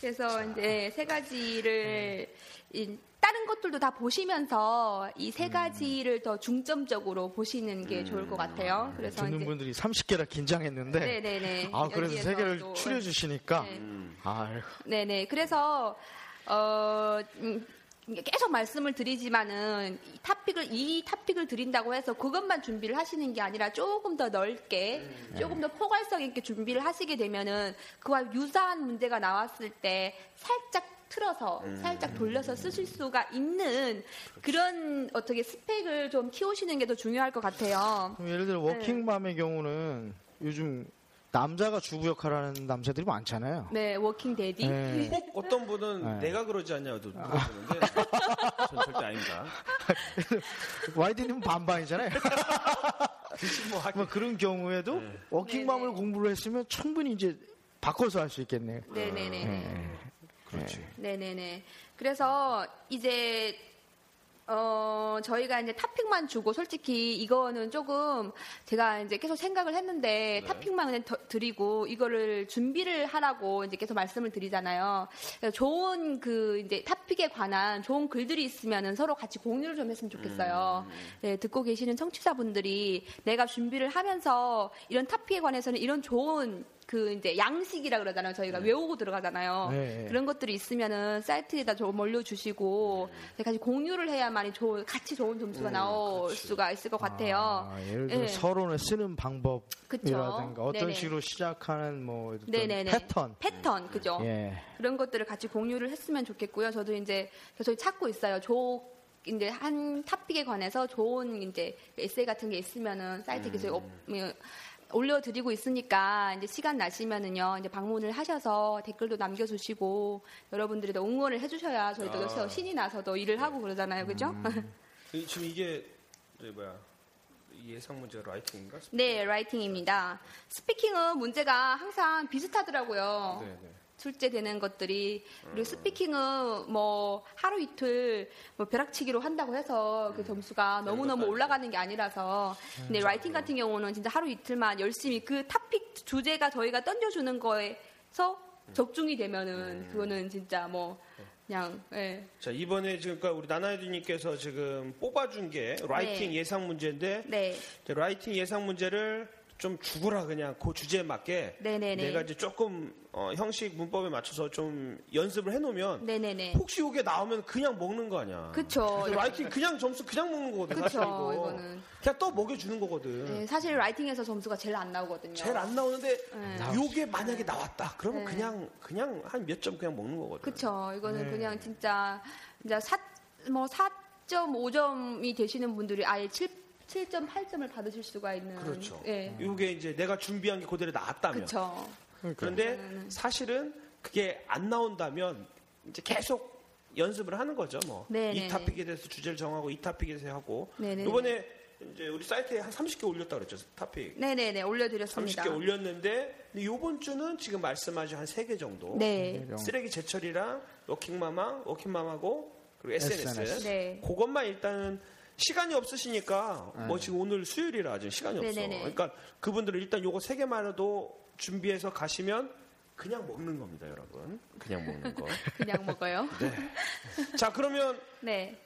Speaker 7: 그래서
Speaker 8: 아.
Speaker 7: 이제 세
Speaker 8: 네.
Speaker 7: 가지를 이- 다른 것들도 다 보시면서 이
Speaker 8: 음.
Speaker 7: 세 가지를 더 중점적으로 보시는 게 좋을 것 같아요. 그래서
Speaker 8: 듣는
Speaker 7: 이제
Speaker 8: 분들이 30개나 긴장했는데.
Speaker 7: 네네네.
Speaker 8: 아, 그래서
Speaker 7: 여기에서
Speaker 8: 세 개를
Speaker 7: 또-
Speaker 8: 추려 주시니까
Speaker 7: 네.
Speaker 8: 아유.
Speaker 7: 네네. 그래서 어 음, 계속 말씀을 드리지만은 이 탑픽을 이 탑픽을 드린다고 해서 그것만 준비를 하시는 게 아니라 조금 더 넓게 조금 더 포괄성 있게 준비를 하시게 되면은 그와 유사한 문제가 나왔을 때 살짝 틀어서 살짝 돌려서 쓰실 수가 있는 그런 어떻게 스펙을 좀 키우시는 게 더 중요할 것 같아요.
Speaker 8: 그럼 예를 들어 워킹맘의 경우는 요즘 남자가 주부 역할을 하는 남자들이 많잖아요.
Speaker 7: 네, 워킹 데디.
Speaker 8: 네.
Speaker 6: 꼭 어떤 분은 내가 그러지 않냐고 물어보는데 전 절대 아닙니다.
Speaker 7: 네.
Speaker 8: 와이디님 반반이잖아요.
Speaker 6: 뭐 하-
Speaker 8: 뭐 그런 경우에도 워킹맘을
Speaker 7: 네네.
Speaker 8: 공부를 했으면 충분히 이제 바꿔서 할 수 있겠네요.
Speaker 7: 네네네.
Speaker 6: 그렇지.
Speaker 7: 네네네. 그래서 이제 어 저희가 이제 탑픽만 주고 솔직히 이거는 조금 제가 이제 계속 생각을 했는데 탑픽만 그냥 더- 드리고 이거를 준비를 하라고 이제 계속 말씀을 드리잖아요. 그래서 좋은 그 이제 탑픽에 관한 좋은 글들이 있으면은 서로 같이 공유를 좀 했으면 좋겠어요. 네, 듣고 계시는 청취자분들이 내가 준비를 하면서 이런 탑픽에 관해서는 이런 좋은 그 이제 양식이라 그러잖아요. 저희가 외우고 들어가잖아요.
Speaker 8: 네.
Speaker 7: 그런 것들이 있으면은 사이트에다 좀 올려주시고
Speaker 8: 네.
Speaker 7: 같이 공유를 해야만이 좋은 같이 좋은 점수가 나올 수가 있을 것 같아요.
Speaker 8: 아, 예를 들어
Speaker 7: 예.
Speaker 8: 서론을 쓰는 방법이라든가
Speaker 7: 그쵸.
Speaker 8: 어떤
Speaker 7: 네네.
Speaker 8: 식으로 시작하는 뭐 어떤
Speaker 7: 네네네. 어.
Speaker 8: 패턴.
Speaker 7: 패턴 그죠.
Speaker 8: 예.
Speaker 7: 그런 것들을 같이 공유를 했으면 좋겠고요. 저도 이제 계속 찾고 있어요. 조 이제 한 탑픽에 관해서 좋은 이제 에세이 같은 게 있으면은 사이트 계속 업- 음, 올려드리고 있으니까 이제 시간 나시면은요 이제 방문을 하셔서 댓글도 남겨주시고 여러분들이 더 응원을 해주셔야 저희도
Speaker 6: 아. 네. 음.
Speaker 7: 더 신이 나서 더 일을 하고 그러잖아요, 그죠?
Speaker 6: 이- 네. 지금 이게 저기 뭐야 예상 문제 라이팅인가?
Speaker 7: 네, 라이팅입니다. 스피킹은 문제가 항상 비슷하더라고요.
Speaker 6: 네, 네.
Speaker 7: 출제되는 것들이 그리고 스피킹은 뭐 하루 이틀 뭐 벼락치기로 한다고 해서
Speaker 6: 음.
Speaker 7: 그
Speaker 6: 네,
Speaker 7: 점수가 너무 너무
Speaker 6: 것도
Speaker 7: 올라가는 게 아니라서
Speaker 6: 네,
Speaker 7: 근데 라이팅 같은 경우는 진짜 하루 이틀만 열심히 그 탑픽 주제가 저희가 던져주는 거에서
Speaker 6: 음.
Speaker 7: 적중이
Speaker 6: 네.
Speaker 7: 되면은 그거는 진짜 뭐 그냥 예.
Speaker 6: 자 이번에 지금 그러니까 우리 나나이드님께서 지금 뽑아준 게 라이팅
Speaker 7: 네.
Speaker 6: 예상 문제인데
Speaker 7: 네.
Speaker 6: 이제 라이팅 예상 문제를 좀 주거라 그냥 그 주제에 맞게
Speaker 7: 네네네.
Speaker 6: 내가 이제 조금 어, 형식 문법에 맞춰서 좀 연습을 해놓으면
Speaker 7: 네네네.
Speaker 6: 혹시 이게 나오면 그냥 먹는 거 아니야?
Speaker 7: 그쵸.
Speaker 6: 근데 라이팅 그냥 점수 그냥 먹는 거거든
Speaker 7: 그쵸,
Speaker 6: 사실 이거.
Speaker 7: 이거는.
Speaker 6: 그냥 또 먹여주는 거거든.
Speaker 7: 네, 사실 라이팅에서 점수가 제일 안 나오거든요.
Speaker 6: 제일 안 나오는데
Speaker 7: 네.
Speaker 6: 요게 만약에 나왔다 그러면
Speaker 7: 네.
Speaker 6: 그냥 그냥 한 몇 점 그냥 먹는 거거든.
Speaker 7: 그쵸. 이거는
Speaker 8: 네.
Speaker 7: 그냥 진짜, 진짜 사, 뭐 4.5점이 되시는 분들이 아예 7, 7.8점을 받으실 수가 있는.
Speaker 6: 그렇죠.
Speaker 7: 예.
Speaker 6: 요게 이제 내가 준비한 게 그대로 나왔다면.
Speaker 7: 그쵸. 네,
Speaker 6: 그런데 사실은 그게 안 나온다면 이제 계속 연습을 하는 거죠. 뭐
Speaker 7: 네, 네,
Speaker 6: 이 탑픽에 대해서 주제를 정하고 이 탑픽에 대해서 하고
Speaker 7: 네, 네,
Speaker 6: 이번에 이제 우리 사이트에 한 30개 올렸다 그랬죠. 탑픽.
Speaker 7: 네네네. 올려드렸습니다.
Speaker 6: 30개 올렸는데 근데 요번 주는 지금 말씀하신 한 3개 정도.
Speaker 8: 예,
Speaker 7: 네.
Speaker 6: 쓰레기 제철이랑 워킹마마, 워킹맘하고 그리고 SNS.
Speaker 8: SNS.
Speaker 7: 네.
Speaker 6: 그것만 일단은 시간이 없으시니까 뭐 지금 오늘 수요일이라 지금 시간이 없어.
Speaker 7: 네네네.
Speaker 6: 그러니까 그분들은 일단 요거 세 개만 해도 준비해서 가시면 그냥 먹는 겁니다, 여러분. 그냥 먹는 거.
Speaker 7: 그냥 먹어요.
Speaker 6: 자, 그러면
Speaker 7: 네.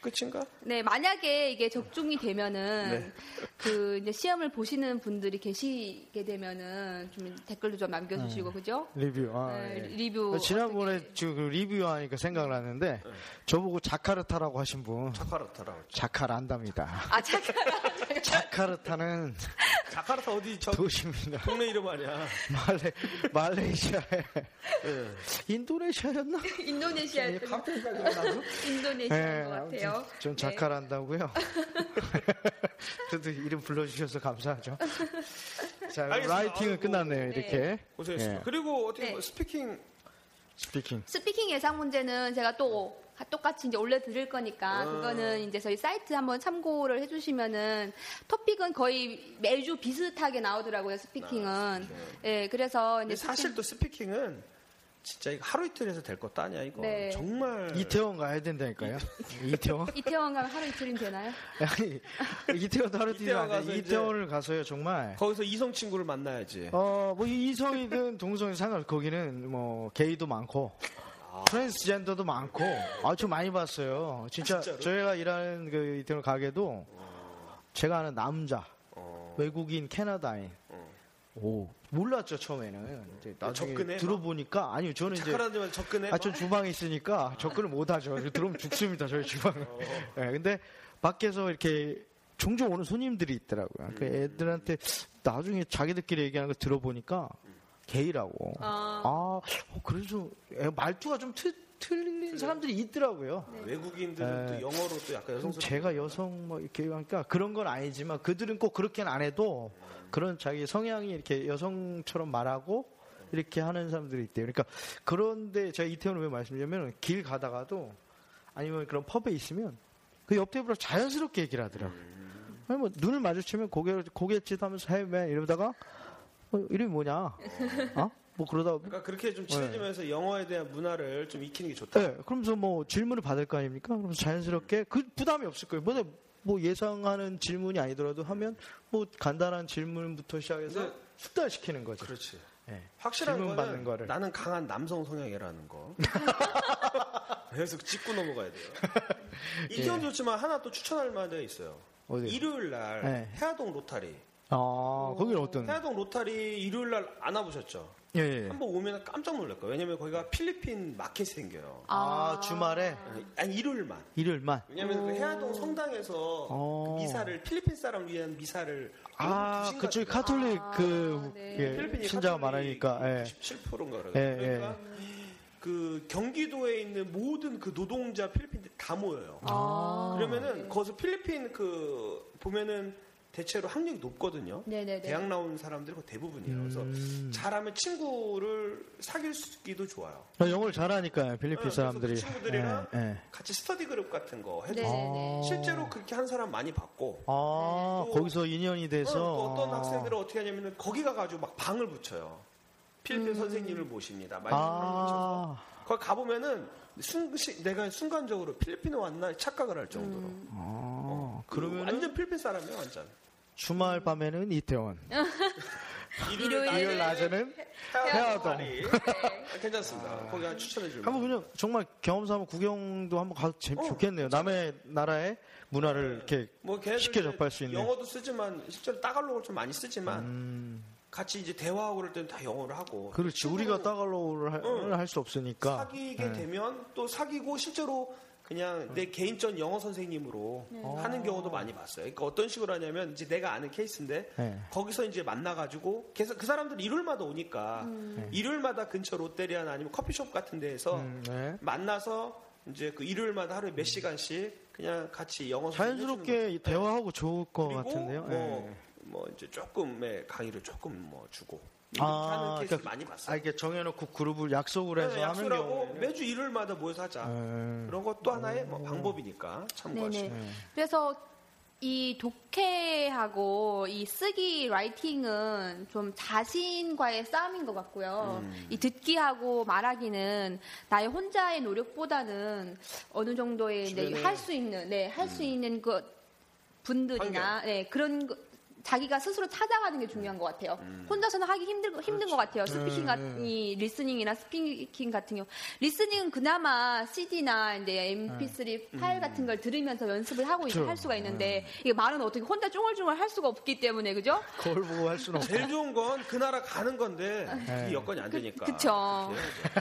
Speaker 6: 끝인가?
Speaker 7: 네, 만약에 이게 적중이
Speaker 8: 네.
Speaker 7: 되면은 그 이제 시험을 보시는 분들이 계시게 되면은 좀 댓글도 좀 남겨주시고 그죠?
Speaker 8: 리뷰. 음. 아,
Speaker 7: 네,
Speaker 8: 예.
Speaker 7: 리뷰
Speaker 8: 지난번에
Speaker 7: 어떻게-
Speaker 8: 지금 그 리뷰하니까 생각을 났는데
Speaker 6: 네.
Speaker 8: 저보고 자카르타라고 하신 분
Speaker 6: 카카로타라고.
Speaker 8: 자카란답니다.
Speaker 7: 아 잠깐.
Speaker 8: 자카르타는
Speaker 6: 자카르타 어디 저
Speaker 8: 도시입니다.
Speaker 6: 동네 이름 아니야.
Speaker 8: 말레 말레이시아에
Speaker 6: 예.
Speaker 8: 인도네시아였나?
Speaker 7: 인도네시아
Speaker 8: 예,
Speaker 7: 인도네시아인 것 같아요. 네.
Speaker 8: 전 자카란다고요. 그래도 이름 불러주셔서 감사하죠. 자,
Speaker 6: 알겠습니다.
Speaker 8: 라이팅은
Speaker 6: 아이고.
Speaker 8: 끝났네요. 이렇게
Speaker 6: 고생했습니다.
Speaker 8: 예,
Speaker 6: 그리고 어떻게
Speaker 7: 네.
Speaker 6: 뭐 스피킹
Speaker 8: 스피킹.
Speaker 7: 스피킹 예상 문제는 제가 또
Speaker 6: 네.
Speaker 7: 아, 똑같이 이제 올려 드릴
Speaker 6: 아.
Speaker 7: 거니까 그거는 이제 저희 사이트 한번 참고를 해주시면은 토픽은 거의 매주 비슷하게 나오더라고요 스피킹은 예 그래서
Speaker 6: 네, 근데
Speaker 7: 이제
Speaker 6: 사실 또 스피킹은 진짜 이거 하루 이틀 해서 될 것도 아니야 이거
Speaker 7: 네.
Speaker 6: 정말
Speaker 8: 이태원 가야 된다니까요. 이태원?
Speaker 7: 스피킹- 이태원 가면 하루 이틀이면 되나요?
Speaker 8: 아니, 이태원도 하루 뒤로
Speaker 6: 이태원
Speaker 8: 안
Speaker 6: 가서
Speaker 8: 돼.
Speaker 6: 이제-
Speaker 8: 이태원을 가서요, 정말.
Speaker 6: 거기서 이성 친구를 만나야지
Speaker 8: 어, 뭐 이성이든 동성이든 상관 거기는 뭐 게이도 많고
Speaker 6: 아.
Speaker 8: 트랜스젠더도 많고 아저 많이 봤어요. 진짜
Speaker 6: 아, 진짜로?
Speaker 8: 저희가 일하는 그 이태원 가게도 제가 아는 남자
Speaker 6: 어.
Speaker 8: 외국인 캐나다인 오 몰랐죠 처음에는 이제 나중에
Speaker 6: 접근해,
Speaker 8: 들어보니까 아니요 저는 이제
Speaker 6: 자카르타 면 접근해
Speaker 8: 아, 전 주방에 있으니까 접근을 못 하죠. 들어오면 죽습니다, 저희 주방은. 예, 근데 밖에서 이렇게 종종 오는 손님들이 있더라고요. 그 애들한테 나중에 자기들끼리 얘기하는 거 들어보니까 게이라고. 아, 어, 그래서 애- 말투가 좀 틀, 틀린 사람들이 있더라고요.
Speaker 6: 외국인들은
Speaker 8: 네.
Speaker 6: 또 영어로 또 약간
Speaker 8: 그럼
Speaker 6: 여성스럽게
Speaker 8: 제가 여성 뭐 이렇게 하니까 그런 건 아니지만 그들은 꼭 그렇게는 안 해도 그런 자기 성향이 이렇게 여성처럼 말하고 이렇게 하는 사람들이 있대요. 그러니까 그런데 제가 이태원을 왜 말씀드리냐면 길 가다가도 아니면 그런 펍에 있으면 그 옆 테이블로 자연스럽게 얘기를 하더라고요.
Speaker 6: 음.
Speaker 8: 아니 뭐 눈을 마주치면 고개 고개짓 하면서 헤맨 이러다가 어, 이름이 뭐냐? 어? 뭐 그러다
Speaker 6: 그러니까 그렇게 좀 친해지면서 영어에 대한 문화를 좀 익히는 게 좋다
Speaker 8: 네, 그러면서 뭐 질문을 받을 거 아닙니까? 그럼 자연스럽게 그 부담이 없을 거예요. 뭐, 뭐 예상하는 질문이 아니더라도 하면 뭐 간단한 질문부터 시작해서
Speaker 6: 근데-
Speaker 8: 숙달시키는 거죠.
Speaker 6: 네. 그렇지
Speaker 8: 예.
Speaker 6: 확실한
Speaker 8: 질문
Speaker 6: 거는
Speaker 8: 받는 거를.
Speaker 6: 나는 강한 남성 성향이라는 거 계속 짚고 넘어가야 돼요 이태원 좋지만 하나 또 추천할 만한 데가 있어요
Speaker 8: 예. 어디요?
Speaker 6: 일요일 날
Speaker 8: 네.
Speaker 6: 해화동 로타리
Speaker 8: 아, 거기는 어떤?
Speaker 6: 해화동 로타리 일요일 날 안 와보셨죠?
Speaker 8: 예, 예.
Speaker 6: 한번 오면 깜짝 놀랄 거예요. 왜냐면 거기가 필리핀 마켓이 생겨요.
Speaker 8: 아, 주말에
Speaker 6: 아니 일요일만.
Speaker 8: 일요일만.
Speaker 6: 왜냐면 그 해화동 성당에서
Speaker 8: 어.
Speaker 6: 그 미사를 필리핀 사람을 위한 미사를
Speaker 8: 아,
Speaker 6: 두신 것
Speaker 8: 그쪽이
Speaker 6: 같아요.
Speaker 8: 카톨릭 그
Speaker 7: 네.
Speaker 8: 예,
Speaker 6: 필리핀이
Speaker 8: 신자가
Speaker 6: 카톨릭이
Speaker 8: 많으니까. 예.
Speaker 6: 97%인가 그래요.
Speaker 8: 예,
Speaker 6: 그러니까 그 경기도에 있는 모든 그 노동자 필리핀들 다 모여요. 아.
Speaker 7: 어.
Speaker 8: 아.
Speaker 6: 그러면은 거기서 필리핀 그 보면은 대체로 학력이 높거든요.
Speaker 7: 네네네.
Speaker 6: 대학 나온 사람들이 거의 대부분이에요.
Speaker 8: 음.
Speaker 6: 그래서 잘하면 친구를 사귈 수기도 좋아요.
Speaker 8: 아, 영어를 잘하니까요,
Speaker 6: 네,
Speaker 8: 필리핀
Speaker 6: 그래서
Speaker 8: 사람들이.
Speaker 6: 그 친구들이랑
Speaker 8: 예, 예.
Speaker 6: 같이 스터디 그룹 같은 거 해도
Speaker 7: 네, 네네네.
Speaker 6: 실제로 그렇게 한 사람 많이 봤고
Speaker 8: 아,
Speaker 6: 또-
Speaker 8: 거기서 인연이
Speaker 6: 어,
Speaker 8: 돼서
Speaker 6: 또 어떤
Speaker 8: 아.
Speaker 6: 학생들은 어떻게 하냐면은 거기 가가지고 막 방을 붙여요. 필리핀
Speaker 8: 음.
Speaker 6: 선생님을 모십니다. 많이 방을 붙여서
Speaker 8: 아,
Speaker 6: 거기 가보면은 순, 시- 내가 순간적으로 필리핀에 왔나 착각을 할 정도로
Speaker 8: 아,
Speaker 6: 그
Speaker 8: 그러면
Speaker 6: 완전 필리핀 사람이야 완전.
Speaker 8: 주말 밤에는 이태원.
Speaker 6: 아, 예.
Speaker 8: 일요일 낮에는 헤어동.
Speaker 6: 아, 괜찮습니다. 거기 한 추천해 주면.
Speaker 8: 한번 그냥 정말 경험 삼아 구경도 한번 가도 재미
Speaker 6: 어.
Speaker 8: 좋겠네요. 남의 나라의 문화를 이렇게
Speaker 6: 뭐 걔네들
Speaker 8: 쉽게
Speaker 6: 이제
Speaker 8: 접할 수 있는.
Speaker 6: 영어도 쓰지만 실제로 따갈록을 좀 많이 쓰지만
Speaker 8: 음.
Speaker 6: 같이 이제 대화하고 그럴 때는 다 영어를 하고
Speaker 8: 그렇지 우리가 따갈로우를 할 수 없으니까
Speaker 6: 어.
Speaker 8: 네.
Speaker 6: 사귀게 되면 또 사귀고 실제로 그냥 내 개인전 영어 선생님으로 하는 경우도 많이 봤어요. 그러니까 어떤 식으로 하냐면 이제 내가 아는 케이스인데
Speaker 8: 네.
Speaker 6: 거기서 이제 만나가지고 계속 그 사람들 일요일마다 오니까 일요일마다 근처 롯데리아나 아니면 커피숍 같은 데에서
Speaker 8: 네. 음,
Speaker 6: 어,
Speaker 8: 네.
Speaker 6: 만나서 이제 그 일요일마다 하루에 몇 시간씩 그냥 같이 영어 선생님 해주는
Speaker 8: 자연스럽게
Speaker 6: 거죠. 네.
Speaker 8: 대화하고 좋을 것
Speaker 6: 그리고
Speaker 8: 같은데요.
Speaker 6: 뭐,
Speaker 8: 예.
Speaker 6: 뭐 이제 조금의 강의를 조금 뭐 주고 이렇게
Speaker 8: 아,
Speaker 6: 하는 케이스
Speaker 8: 그러니까
Speaker 6: 많이
Speaker 8: 아,
Speaker 6: 봤어요. 네,
Speaker 8: 이렇게 정해놓고 그룹을 약속을 해서 하는
Speaker 6: 약속하고
Speaker 8: 경우.
Speaker 6: 매주 일요일마다 모여서 하자.
Speaker 8: 예.
Speaker 6: 그런 것도 하나의 뭐 방법이니까
Speaker 7: 네네.
Speaker 6: 참고하시고.
Speaker 7: 그래서 이 독해하고 이 쓰기 라이팅은 좀 자신과의 싸움인 것 같고요.
Speaker 6: 음.
Speaker 7: 이 듣기하고 말하기는 나의 혼자의 노력보다는 어느 정도의
Speaker 6: 주변에- 음.
Speaker 7: 할 수 있는 네 할 수 있는 것 분들이나 네, 그런 거- 자기가 스스로 찾아가는 게 중요한 것 같아요.
Speaker 8: 음.
Speaker 7: 혼자서는 하기 힘들 힘든
Speaker 8: 그렇죠.
Speaker 7: 것 같아요. 스피킹
Speaker 8: 네,
Speaker 7: 같은 이 리스닝이나 스피킹 같은 경우 리스닝은 그나마 CD나 이제 MP3 파일 같은 걸 들으면서 연습을 하고 이제
Speaker 8: 네. 음. 그쵸. 네.
Speaker 7: 할 수가 있는데 이게 말은 어떻게 혼자 쫑얼쫑얼 할 수가 없기 때문에 그죠?
Speaker 8: 거울 보고 할 수는 없.
Speaker 6: 제일 좋은 건 그 나라 가는 건데 이 여건이 안 되니까.
Speaker 7: 네. 그쵸.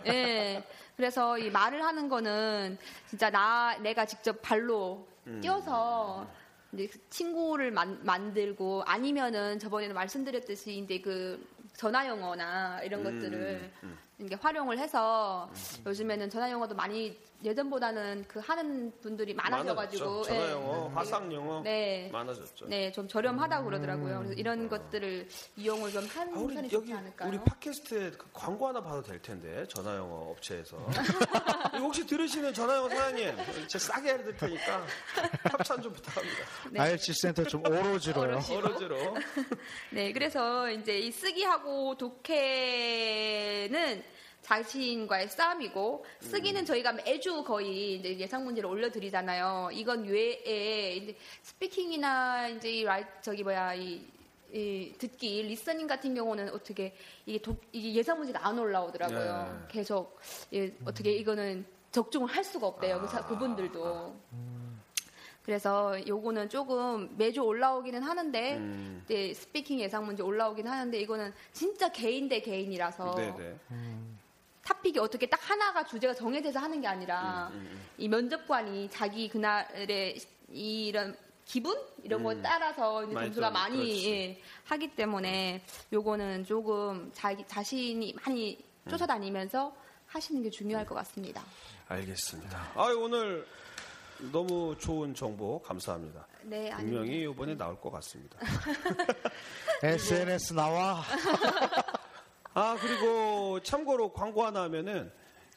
Speaker 7: 예. 그래서
Speaker 6: 음.
Speaker 7: 이 말을 하는 거는 진짜 나 내가 직접 발로 뛰어서 이제 친구를 만, 만들고 아니면은 저번에는 말씀드렸듯이 이제 그 전화 영어나
Speaker 6: 음,
Speaker 7: 이런 것들을 이게 활용을 해서 요즘에는 전화 영어도 많이 예전보다는 그 하는 분들이 많아져가지고
Speaker 6: 많아졌죠. 전화
Speaker 7: 예.
Speaker 6: 영어, 화상 영어
Speaker 7: 네.
Speaker 6: 많아졌죠. 음.
Speaker 7: 네, 좀 저렴하다고 그러더라고요. 그래서 이런 것들을 이용을 좀
Speaker 6: 아,
Speaker 7: 하는
Speaker 6: 우리
Speaker 7: 편이
Speaker 6: 여기
Speaker 7: 좋지 않을까요?
Speaker 6: 우리 팟캐스트에 그 광고 하나 봐도 될 텐데 전화영어 업체에서 이거 혹시 들으시는 전화영어 사장님 제가 싸게 해드릴 테니까 협찬 좀 부탁합니다
Speaker 7: 네.
Speaker 8: IFC 센터 좀 오로지로요.
Speaker 6: 어로지로
Speaker 7: 네, 그래서 이제 이 쓰기하고 독해는 자신과의 싸움이고 쓰기는
Speaker 6: 음.
Speaker 7: 저희가 매주 거의 이제 예상 문제를 올려드리잖아요. 이건 외에 이제 스피킹이나 이제 이 라이, 저기 뭐야 이, 이 듣기 리스닝 같은 경우는 어떻게 이게, 독, 이게 예상 문제가 안 올라오더라고요.
Speaker 6: 네.
Speaker 7: 계속 예, 어떻게 이거는 적중을 할 수가 없대요. 그 사-
Speaker 6: 아. 음.
Speaker 7: 그분들도. 그래서 요거는 조금 매주 올라오기는 하는데
Speaker 6: 음.
Speaker 7: 이제 스피킹 예상 문제 올라오긴 하는데 이거는 진짜 개인 대 개인이라서
Speaker 6: 네네
Speaker 7: 탑픽이 어떻게 딱 하나가 주제가 정해져서 하는 게
Speaker 6: 음,
Speaker 7: 아니라 이 면접관이 자기 그날의 시- 이런 기분 이런 거에
Speaker 6: 음.
Speaker 7: 따라서 이제
Speaker 6: 많이
Speaker 7: 점수가
Speaker 6: 좀,
Speaker 7: 많이
Speaker 6: 그렇지. 음.
Speaker 7: 예, 하기 때문에 요거는 조금 자기 자신이 많이
Speaker 6: 음.
Speaker 7: 쫓아다니면서 하시는 게 중요할 것 같습니다.
Speaker 6: 알겠습니다 아 오늘 너무 좋은 정보 감사합니다
Speaker 7: 네, 아니
Speaker 6: 분명히 이번에 나올 것 같습니다
Speaker 8: SNS 나와.
Speaker 6: 아 그리고 참고로 광고 하나 하면은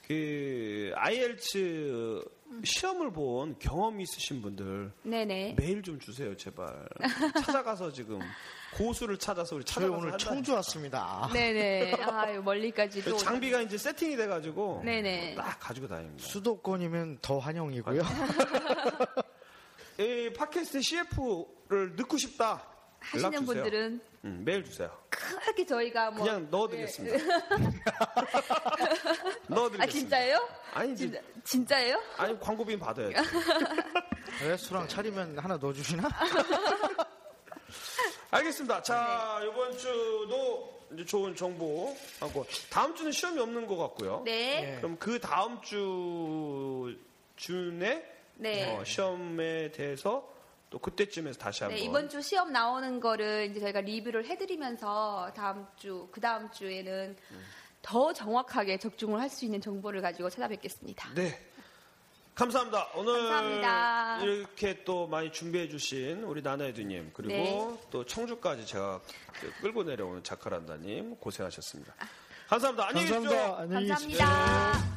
Speaker 6: 그 IELTS 시험을 본 경험 있으신 분들
Speaker 7: 네네.
Speaker 6: 메일 좀 주세요, 제발. 찾아가서 지금 고수를 찾아서 우리
Speaker 8: 저희
Speaker 6: 찾아가서
Speaker 8: 오늘
Speaker 6: 한다니까.
Speaker 8: 청주 왔습니다.
Speaker 7: 네네. 아유 멀리까지도.
Speaker 6: 그 장비가 이제 세팅이 돼가지고
Speaker 7: 네네.
Speaker 6: 딱 가지고 다닙니다.
Speaker 8: 수도권이면 더 환영이고요.
Speaker 6: 이 팟캐스트 CF를 넣고 싶다. 연락
Speaker 7: 하시는
Speaker 6: 주세요.
Speaker 7: 분들은 그
Speaker 6: 음, 메일 주세요.
Speaker 7: 크게 저희가 뭐
Speaker 6: 그냥 넣어드리겠습니다. 넣어드리겠습니다.
Speaker 7: 아 진짜예요?
Speaker 6: 아니 지
Speaker 7: 진짜, 진짜예요?
Speaker 6: 아니 광고비는 받아야죠.
Speaker 8: 레스토랑 네, 차리면 하나 넣어주시나?
Speaker 6: 알겠습니다. 자
Speaker 7: 네.
Speaker 6: 이번 주도 이제 좋은 정보 하고 다음 주는 시험이 없는 것 같고요.
Speaker 7: 네.
Speaker 6: 그럼 그 다음 주 중에
Speaker 7: 네.
Speaker 6: 어, 시험에 대해서 또 그때쯤에서 다시
Speaker 8: 뭐.
Speaker 7: 네,
Speaker 6: 한번
Speaker 7: 이번 주 시험 나오는 거를 이제 저희가 리뷰를 해드리면서 다음 주, 그 다음 주에는 더 정확하게 적중을 할 수 있는 정보를 가지고 찾아뵙겠습니다.
Speaker 6: 네. 감사합니다. 오늘
Speaker 7: 감사합니다.
Speaker 6: 이렇게 또 많이 준비해 주신 우리 나나에드님 그리고
Speaker 7: 네.
Speaker 6: 또 청주까지 제가
Speaker 7: 아.
Speaker 6: 끌고 내려오는 자카란다님 고생하셨습니다. 감사합니다. 안녕히 계십시오.
Speaker 8: 감사합니다. 안녕히 계십시오.
Speaker 7: 감사합니다.